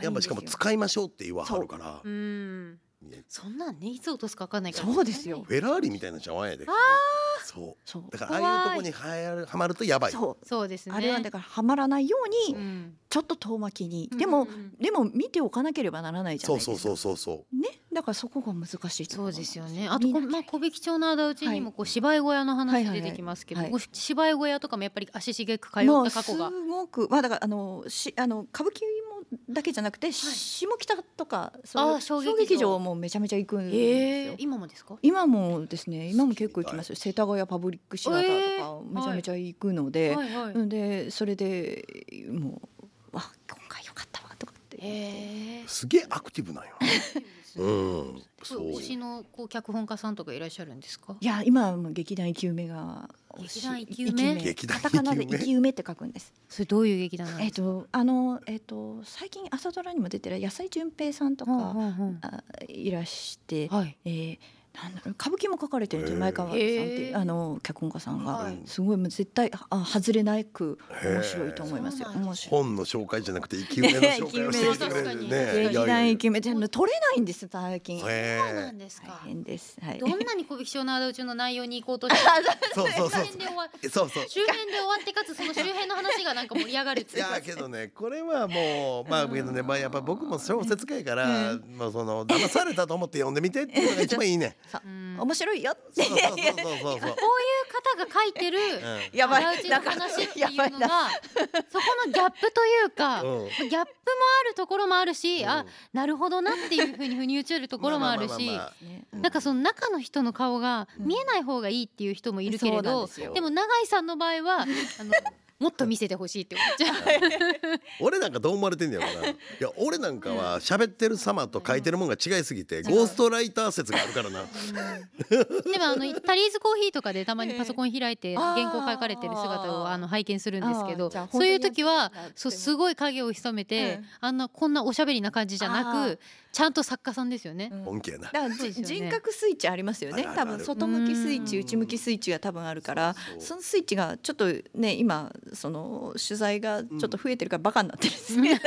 [SPEAKER 3] い。
[SPEAKER 2] やっぱしかも使いましょうって言わはるから
[SPEAKER 3] うん。
[SPEAKER 2] いや
[SPEAKER 3] そんなんねいつ落とすかわかんないから。
[SPEAKER 4] そうですよ。
[SPEAKER 2] フェラーリみたいな茶碗やでそう
[SPEAKER 4] そう。
[SPEAKER 2] だからああいうとこにはやるはまるとやばい
[SPEAKER 4] そう。
[SPEAKER 3] そうですね。
[SPEAKER 4] あれはだからはまらないように
[SPEAKER 3] うん
[SPEAKER 4] ちょっと遠巻きに
[SPEAKER 3] うん
[SPEAKER 4] でも、
[SPEAKER 3] うんうん
[SPEAKER 4] でも見ておかなければならないじゃな
[SPEAKER 2] そ
[SPEAKER 4] いうです
[SPEAKER 2] そ
[SPEAKER 4] か
[SPEAKER 2] うそうそうそう
[SPEAKER 4] ねだからそこが難しいとこ
[SPEAKER 3] そ
[SPEAKER 4] ろ
[SPEAKER 3] う
[SPEAKER 4] なん
[SPEAKER 3] ですよね。あとこ、
[SPEAKER 4] 見なきゃ
[SPEAKER 3] まあ、小引町の仇討ちにもこう芝居小屋の
[SPEAKER 4] はい
[SPEAKER 3] 話
[SPEAKER 4] はいは
[SPEAKER 3] 出
[SPEAKER 4] い
[SPEAKER 3] てきますけど、
[SPEAKER 4] はい
[SPEAKER 3] こう芝居小屋とかもやっぱり足しげく通っ
[SPEAKER 4] も
[SPEAKER 3] た過
[SPEAKER 4] う
[SPEAKER 3] 去が。
[SPEAKER 4] すごくまあだからあのしあの歌舞伎もだけじゃなくて、下北とかそう
[SPEAKER 3] あ
[SPEAKER 4] い
[SPEAKER 3] ー
[SPEAKER 4] う
[SPEAKER 3] 小
[SPEAKER 4] 小
[SPEAKER 3] 劇場
[SPEAKER 4] 劇場もめちゃめちゃ行くんです
[SPEAKER 3] ええ
[SPEAKER 4] よ、
[SPEAKER 3] 今もですか。
[SPEAKER 4] 今もですね今も結構行きますよ世田谷パブリックシアターと
[SPEAKER 3] えー
[SPEAKER 4] かめちゃめちゃ行くので、
[SPEAKER 3] はいはい。
[SPEAKER 4] うんでそれでもう「わ今回よかったわ」とかって言って
[SPEAKER 3] ええ。
[SPEAKER 2] すげえアクティブなんよ。うん、
[SPEAKER 3] そ、
[SPEAKER 2] そうう
[SPEAKER 3] 推。しのこう脚本家さんとかいらっしゃるんですか。
[SPEAKER 4] いや今はもう劇団生き埋めが推し
[SPEAKER 3] 劇団生き埋め
[SPEAKER 2] 劇団
[SPEAKER 4] カタカナで
[SPEAKER 2] 生き埋
[SPEAKER 4] 生
[SPEAKER 2] め
[SPEAKER 4] き埋めって書くんです。
[SPEAKER 3] それどういう劇団なん
[SPEAKER 4] え
[SPEAKER 3] で
[SPEAKER 4] っ
[SPEAKER 3] すか。
[SPEAKER 4] とあのえっと最近朝ドラにも出てる安井純平さんと
[SPEAKER 3] はあ
[SPEAKER 4] か
[SPEAKER 3] はあは
[SPEAKER 4] あいらして、
[SPEAKER 3] あはい。
[SPEAKER 4] えーなんだろう歌舞伎も書かれてるんですよ
[SPEAKER 2] へー
[SPEAKER 4] 前川さんって
[SPEAKER 3] へー
[SPEAKER 4] いうあの脚本家さん
[SPEAKER 3] は
[SPEAKER 4] が
[SPEAKER 3] い
[SPEAKER 4] すごいもう絶対あ外れなく
[SPEAKER 2] へー
[SPEAKER 4] 面白いと思いますよ
[SPEAKER 3] そうなん
[SPEAKER 4] 面
[SPEAKER 3] です
[SPEAKER 4] 白い。
[SPEAKER 2] 本の紹介じゃなくて生き埋めの紹介をしてきてくれ
[SPEAKER 3] 生き埋
[SPEAKER 2] る
[SPEAKER 3] めの
[SPEAKER 2] ね。
[SPEAKER 4] 劇
[SPEAKER 2] いや
[SPEAKER 4] 団
[SPEAKER 2] いや
[SPEAKER 4] 生き埋めっていうの取れないんです最近大
[SPEAKER 3] そうな
[SPEAKER 2] へ
[SPEAKER 3] んですか。
[SPEAKER 4] 変ですはい
[SPEAKER 3] どんなに小引町の仇討ちの内容に行こうとして。
[SPEAKER 2] え。そうそうそ
[SPEAKER 3] 周
[SPEAKER 2] う。
[SPEAKER 3] 辺で終わ。
[SPEAKER 2] そうそう。
[SPEAKER 3] 周辺で終わってかつその周辺の話がなんか盛り上がるって
[SPEAKER 2] い
[SPEAKER 3] いう
[SPEAKER 2] やけどねこれはもうまあけどねまあやっぱ僕も小説家やから、まあその騙されたと思って読んでみてっていうのが一番いいね。
[SPEAKER 3] うんこ
[SPEAKER 4] 面白いよって
[SPEAKER 2] そうそうそうそうそう。
[SPEAKER 3] ういう方が書いてる
[SPEAKER 2] う
[SPEAKER 4] やば
[SPEAKER 3] 仇
[SPEAKER 4] い
[SPEAKER 3] 討ちの
[SPEAKER 4] なか
[SPEAKER 3] 話って
[SPEAKER 4] や
[SPEAKER 3] い
[SPEAKER 4] ば
[SPEAKER 3] う
[SPEAKER 4] い
[SPEAKER 3] の
[SPEAKER 4] な
[SPEAKER 3] がそこのギャップというか、
[SPEAKER 2] うん
[SPEAKER 3] ギャップもあるところもあるし、
[SPEAKER 2] うん
[SPEAKER 3] あなるほどなっていうふうに腑に落ちるところもあるし
[SPEAKER 2] まあまあまあまあ
[SPEAKER 4] ね
[SPEAKER 2] うん
[SPEAKER 3] なんかその中の人の顔が
[SPEAKER 4] うん
[SPEAKER 3] 見えない方がいいっていう人もいるけれ
[SPEAKER 4] そうな
[SPEAKER 3] ど、
[SPEAKER 4] んですよ
[SPEAKER 3] でも永井さんの場合はあのもっと見せてほしいって思っちゃう。
[SPEAKER 2] 俺なんかどう思われてんねやろ な。いや俺なんかは喋ってる様と書いてるもんが違いすぎてゴーストライター説があるからな。
[SPEAKER 3] でもあのタリーズコーヒーとかでたまにパソコン開いて
[SPEAKER 4] あー
[SPEAKER 3] 原稿書かれてる姿をあの拝見するんですけ
[SPEAKER 4] あ
[SPEAKER 3] ど
[SPEAKER 4] ーじゃあ
[SPEAKER 3] そういう時は
[SPEAKER 4] 本当にやってるんだ
[SPEAKER 3] そう
[SPEAKER 4] でも
[SPEAKER 3] すごい影を潜めて
[SPEAKER 4] うん
[SPEAKER 3] あんなこんなおしゃべりな感じじゃな
[SPEAKER 4] あ
[SPEAKER 3] くちゃんと作家さんですよね
[SPEAKER 4] う。ん
[SPEAKER 2] 本気やな。
[SPEAKER 4] だから
[SPEAKER 3] そうです
[SPEAKER 4] じ
[SPEAKER 3] よね
[SPEAKER 4] 人格スイッチありますよ
[SPEAKER 2] あ
[SPEAKER 4] ね
[SPEAKER 2] るあるあ
[SPEAKER 4] 多
[SPEAKER 2] る
[SPEAKER 4] 分外向きスイッチ
[SPEAKER 2] うん
[SPEAKER 4] 内向きスイッチが多分あるから
[SPEAKER 2] そうそう
[SPEAKER 4] そのスイッチがちょっとね今その取材がちょっと増えてるからバカになってるんですね、
[SPEAKER 2] け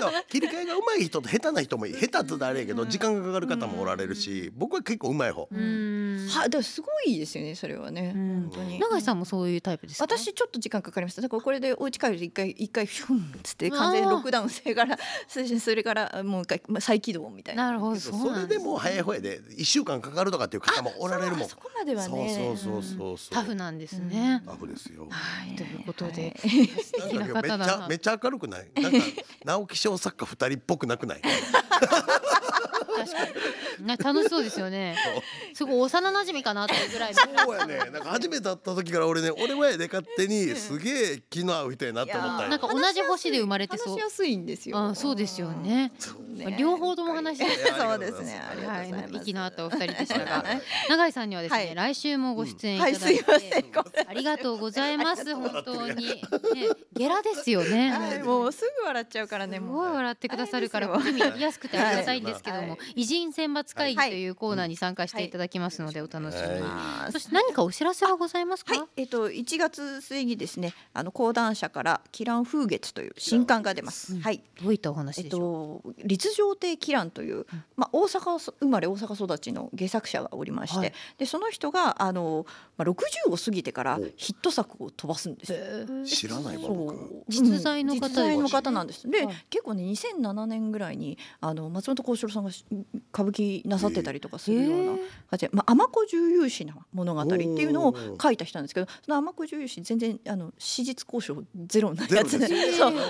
[SPEAKER 2] ど切り替えが上手い人と下手な人もいい下手って誰やけど時間がかかる方もおられるし僕は結構上手い方
[SPEAKER 3] うん
[SPEAKER 4] はだからすごいですよねそれはね、
[SPEAKER 5] ん
[SPEAKER 4] 本当に
[SPEAKER 3] 永井さんもそういうタイプですか
[SPEAKER 4] 私ちょっと時間かかりましただからこれでお家帰ると一回一回フンっつって完全にロックダウンしてからそれそれからもう一回まあ再起動みたいな
[SPEAKER 3] なるほど
[SPEAKER 2] そ
[SPEAKER 3] そうなん
[SPEAKER 2] れ
[SPEAKER 3] で
[SPEAKER 2] ですも早い方やで1週間かかるとかっていう方もおられるもん
[SPEAKER 4] そこまではね
[SPEAKER 2] そうそうそうそう
[SPEAKER 3] タフなんですね、
[SPEAKER 2] タフです よ
[SPEAKER 3] はいということで、素
[SPEAKER 2] なん
[SPEAKER 3] 敵
[SPEAKER 2] か今
[SPEAKER 3] な
[SPEAKER 2] 日め
[SPEAKER 3] 方
[SPEAKER 2] っ
[SPEAKER 3] だ
[SPEAKER 2] ちゃ
[SPEAKER 3] な
[SPEAKER 2] めっちゃ明るくないなんか直木賞作家二人っぽくなくない
[SPEAKER 3] 確かにね楽しそうですよねすごい幼馴染かなっていうぐらいの
[SPEAKER 2] そうやねなんか初めて会った時から俺ね俺はやで勝手にすげえ気の合う人やなって思ったん
[SPEAKER 4] いやー
[SPEAKER 3] なん
[SPEAKER 2] よ
[SPEAKER 3] か同じ星で生まれて
[SPEAKER 4] 話
[SPEAKER 3] そう
[SPEAKER 4] しやすいんですよ
[SPEAKER 3] あそうですよね
[SPEAKER 4] ね
[SPEAKER 3] 両方とも話しやすい
[SPEAKER 2] いや
[SPEAKER 4] そうですね
[SPEAKER 2] あ
[SPEAKER 4] あ
[SPEAKER 2] り
[SPEAKER 4] り
[SPEAKER 2] が
[SPEAKER 4] が
[SPEAKER 3] は
[SPEAKER 4] と
[SPEAKER 3] いう
[SPEAKER 4] ございます
[SPEAKER 3] 息の合ったお二人でしたが
[SPEAKER 4] はい
[SPEAKER 3] 永井さんにはですね、
[SPEAKER 4] はい
[SPEAKER 3] 来週もご出演いただ
[SPEAKER 4] はい
[SPEAKER 3] い
[SPEAKER 4] すい
[SPEAKER 3] て、
[SPEAKER 4] ませんごめん
[SPEAKER 3] ありがとうござい ます本当に、ね、ゲラですよ
[SPEAKER 4] なさ
[SPEAKER 3] ね
[SPEAKER 4] いもうすぐ笑っちゃうからね
[SPEAKER 3] す
[SPEAKER 4] もう
[SPEAKER 3] ごい笑ってくださるから
[SPEAKER 4] あ
[SPEAKER 3] こ
[SPEAKER 4] れ
[SPEAKER 3] っち
[SPEAKER 4] です
[SPEAKER 3] も
[SPEAKER 4] よ
[SPEAKER 3] やりやすくてありがたいんですけども、
[SPEAKER 4] はい
[SPEAKER 3] 偉人選抜会議と
[SPEAKER 4] はい
[SPEAKER 3] いうコーナーに参加していただきますのでお楽しみに、
[SPEAKER 2] は
[SPEAKER 4] あー
[SPEAKER 3] そして何かお知らせはございますか、
[SPEAKER 4] はい、えっと1月末にですね、あの講談社からキラン風月という新刊が出ます。はい、
[SPEAKER 3] どういったお
[SPEAKER 4] え
[SPEAKER 3] 話
[SPEAKER 4] っ
[SPEAKER 3] でしょう、
[SPEAKER 4] と立城亭キランという、まあ大阪生まれ大阪育ちの下作者がおりまして、
[SPEAKER 3] はい
[SPEAKER 4] でその人があのまあ60を過ぎてから
[SPEAKER 2] お
[SPEAKER 4] ヒット作を飛ばすんですよ。
[SPEAKER 2] 知らないわ
[SPEAKER 4] そう
[SPEAKER 2] 僕
[SPEAKER 3] 実在の方
[SPEAKER 4] 実在の方なんです。で、
[SPEAKER 3] はい
[SPEAKER 4] 結構ね2007年ぐらいにあの松本幸四郎さんがし歌舞伎なさってたりとかするような
[SPEAKER 3] へえ
[SPEAKER 4] 感じで、まあ尼子重勇士な物語っていうの
[SPEAKER 2] お
[SPEAKER 4] を
[SPEAKER 2] ー
[SPEAKER 4] 書いた人なんですけど、その尼子重勇士全然あの史実交渉ゼロな
[SPEAKER 2] ゼ
[SPEAKER 4] や
[SPEAKER 2] ロ
[SPEAKER 4] つ。
[SPEAKER 2] です
[SPEAKER 4] そう
[SPEAKER 2] よ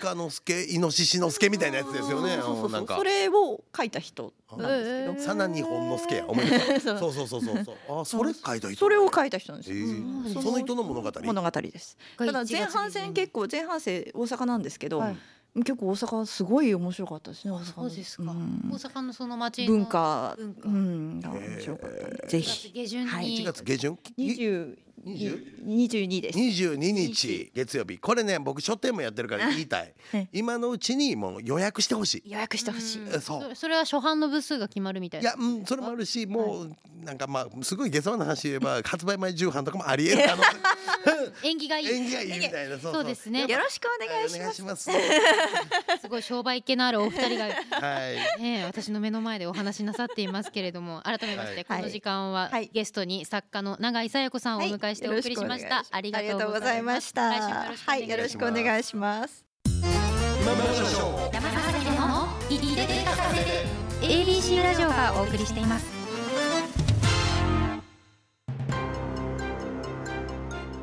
[SPEAKER 2] 鹿の助イノシシの助みたいなやつですよね
[SPEAKER 4] そうそう
[SPEAKER 2] な
[SPEAKER 4] そ
[SPEAKER 2] ん
[SPEAKER 4] う
[SPEAKER 2] か
[SPEAKER 4] それを書いた人なんですけど、
[SPEAKER 3] へえ
[SPEAKER 2] さなに本の助や思い出した
[SPEAKER 4] そう
[SPEAKER 2] そうそうそうそうそうあそれ書いといた
[SPEAKER 4] それを書いた人なんです
[SPEAKER 2] え
[SPEAKER 4] よ。
[SPEAKER 2] ー
[SPEAKER 3] そう
[SPEAKER 2] その人の物語
[SPEAKER 4] 物語です。ただ前半戦結構前半戦大阪なんですけど、
[SPEAKER 3] はい
[SPEAKER 4] 結構大阪すごい面白かったですね。大阪
[SPEAKER 3] そ
[SPEAKER 4] の
[SPEAKER 3] うですか、
[SPEAKER 4] ん
[SPEAKER 3] 大阪のその町の
[SPEAKER 4] 文化
[SPEAKER 3] 文化
[SPEAKER 4] うんが面白かったんでぜ
[SPEAKER 3] 1月
[SPEAKER 4] ひ
[SPEAKER 3] 下旬に、
[SPEAKER 4] はい
[SPEAKER 2] 1月下旬
[SPEAKER 4] 二十二十二です。
[SPEAKER 2] 22日月曜日これね僕書店もやってるから言いたい
[SPEAKER 4] はい
[SPEAKER 2] 今のうちにもう予約してほしい
[SPEAKER 4] 予約してほしい。
[SPEAKER 3] うん
[SPEAKER 2] えそう
[SPEAKER 3] それそれは初版の部数が決まるみたい
[SPEAKER 2] い
[SPEAKER 3] な
[SPEAKER 2] や、うん、それもあるしもうなんかまあすごい下世話な話言え ば発売前重版とかもありえる可能
[SPEAKER 3] 縁起がいい
[SPEAKER 2] 性縁起がいいみたいなそう
[SPEAKER 3] そ
[SPEAKER 2] そう
[SPEAKER 3] うですね
[SPEAKER 4] よろしくお
[SPEAKER 2] は
[SPEAKER 4] 願
[SPEAKER 2] い
[SPEAKER 4] い
[SPEAKER 2] お
[SPEAKER 4] し
[SPEAKER 2] 願
[SPEAKER 4] ま
[SPEAKER 2] い
[SPEAKER 4] す。
[SPEAKER 2] します
[SPEAKER 3] すごい商売系のあるお二人が、
[SPEAKER 2] はい
[SPEAKER 3] ねえ、私の目の前でお話しなさっていますけれども改めまし
[SPEAKER 2] は
[SPEAKER 3] て
[SPEAKER 2] い
[SPEAKER 3] この時間は
[SPEAKER 4] はい
[SPEAKER 3] ゲストに作家の永井紗耶子さんをお迎えしてお送りしました、ありがとうございました
[SPEAKER 4] ありがとうございましたはい、よろしくお願いします。
[SPEAKER 2] 今村翔吾
[SPEAKER 1] 山崎でのいきでかさせて ABC ラジオがお送りしています。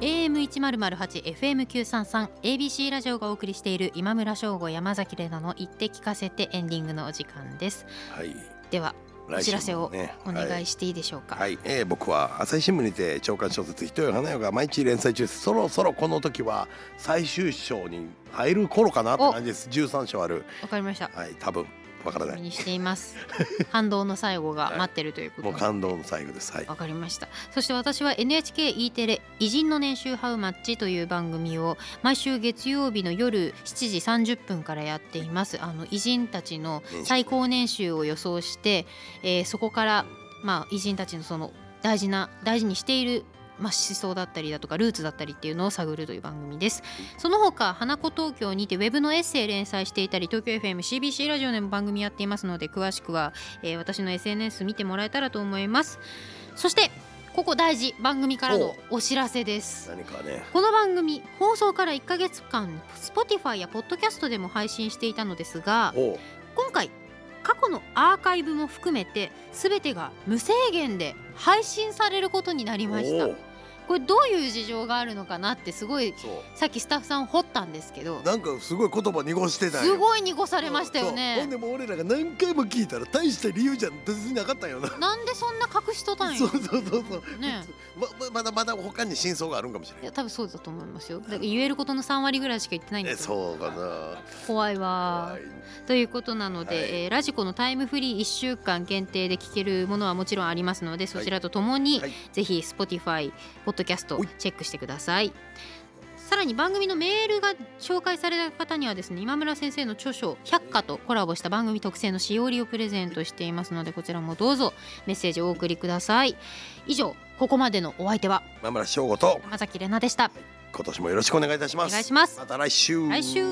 [SPEAKER 3] AM1008 FM933 ABC ラジオがお送りしている今村翔吾山崎怜奈の言って聞かせてエンディングのお時間です
[SPEAKER 2] はい
[SPEAKER 3] ではお知らせを
[SPEAKER 2] 来週もね
[SPEAKER 3] お
[SPEAKER 2] は
[SPEAKER 3] 願いしていいでしょうか、
[SPEAKER 2] はい、えー僕は朝日新聞にて長官小説「ひとよ花よ」が毎日連載中ですそろそろこの時は最終章に入る頃かなって感じです13章ある
[SPEAKER 3] わかりました
[SPEAKER 2] はい多分わから
[SPEAKER 3] 楽
[SPEAKER 2] な
[SPEAKER 3] しみ
[SPEAKER 2] い
[SPEAKER 3] にしています。 感動の最後が待ってるということ
[SPEAKER 2] もう
[SPEAKER 3] で。
[SPEAKER 2] 感動の最後ですはい
[SPEAKER 3] わかりましたそして私は NHKE テレ「偉人の年収ハウマッチ」という番組を毎週月曜日の夜7時30分からやっていますあの偉人たちの最高年収を予想して、えーそこから、まあ、偉人たちのその大事な大事にしているまあ、思想だったりだとかルーツだったりっていうのを探るという番組ですその他花子東京にてウェブのエッセイ連載していたり東京 FMCBC ラジオでも番組やっていますので詳しくは、えー私の SNS 見てもらえたらと思いますそしてここ大事番組からのお知らせです
[SPEAKER 2] 何かね
[SPEAKER 3] この番組放送から1ヶ月間 Spotify や Podcast でも配信していたのですが
[SPEAKER 2] おう
[SPEAKER 3] 今回過去のアーカイブも含めて全てが無制限で配信されることになりました
[SPEAKER 2] おう
[SPEAKER 3] これどういう事情があるのかなってすごい
[SPEAKER 2] そ
[SPEAKER 3] さっきスタッフさん掘ったんですけど
[SPEAKER 2] うなんかすごい言葉濁してたんよ
[SPEAKER 3] すごい濁されましたよ
[SPEAKER 2] そうほん
[SPEAKER 3] ね
[SPEAKER 2] でもう俺らが何回も聞いたら大した理由じゃ別になかったんよな
[SPEAKER 3] なんでそんな隠しとったん
[SPEAKER 2] そ
[SPEAKER 3] よ
[SPEAKER 2] うそうそうそう、
[SPEAKER 3] ね
[SPEAKER 2] まままだまだ他に真相があるんかもしれ
[SPEAKER 3] い
[SPEAKER 2] な
[SPEAKER 3] や
[SPEAKER 2] い
[SPEAKER 3] 多分そうだと思いますよだから言えることの3割ぐらいしか言ってないんで
[SPEAKER 2] え
[SPEAKER 3] すよ
[SPEAKER 2] そうかな
[SPEAKER 3] 怖いわ
[SPEAKER 2] は
[SPEAKER 3] ー
[SPEAKER 2] い
[SPEAKER 3] ということなので、
[SPEAKER 2] はい
[SPEAKER 3] えーラジコのタイムフリー1週間限定で聞けるものはもちろんありますのでそちらとともに、
[SPEAKER 2] はい
[SPEAKER 3] ぜひ Spotify ポッドキャスト
[SPEAKER 2] おい
[SPEAKER 3] チェックしてくださいさらに番組のメールが紹介された方にはですね今村先生の著書「百科」とコラボした番組特製のしおりをプレゼントしていますのでこちらもどうぞメッセージをお送りください以上ここまでのお相手は
[SPEAKER 2] 今村翔吾と
[SPEAKER 3] 山崎れなでした
[SPEAKER 2] 今年もよろしくお願いいたし
[SPEAKER 3] お
[SPEAKER 2] ます
[SPEAKER 3] 願いします
[SPEAKER 2] また来週
[SPEAKER 3] 来週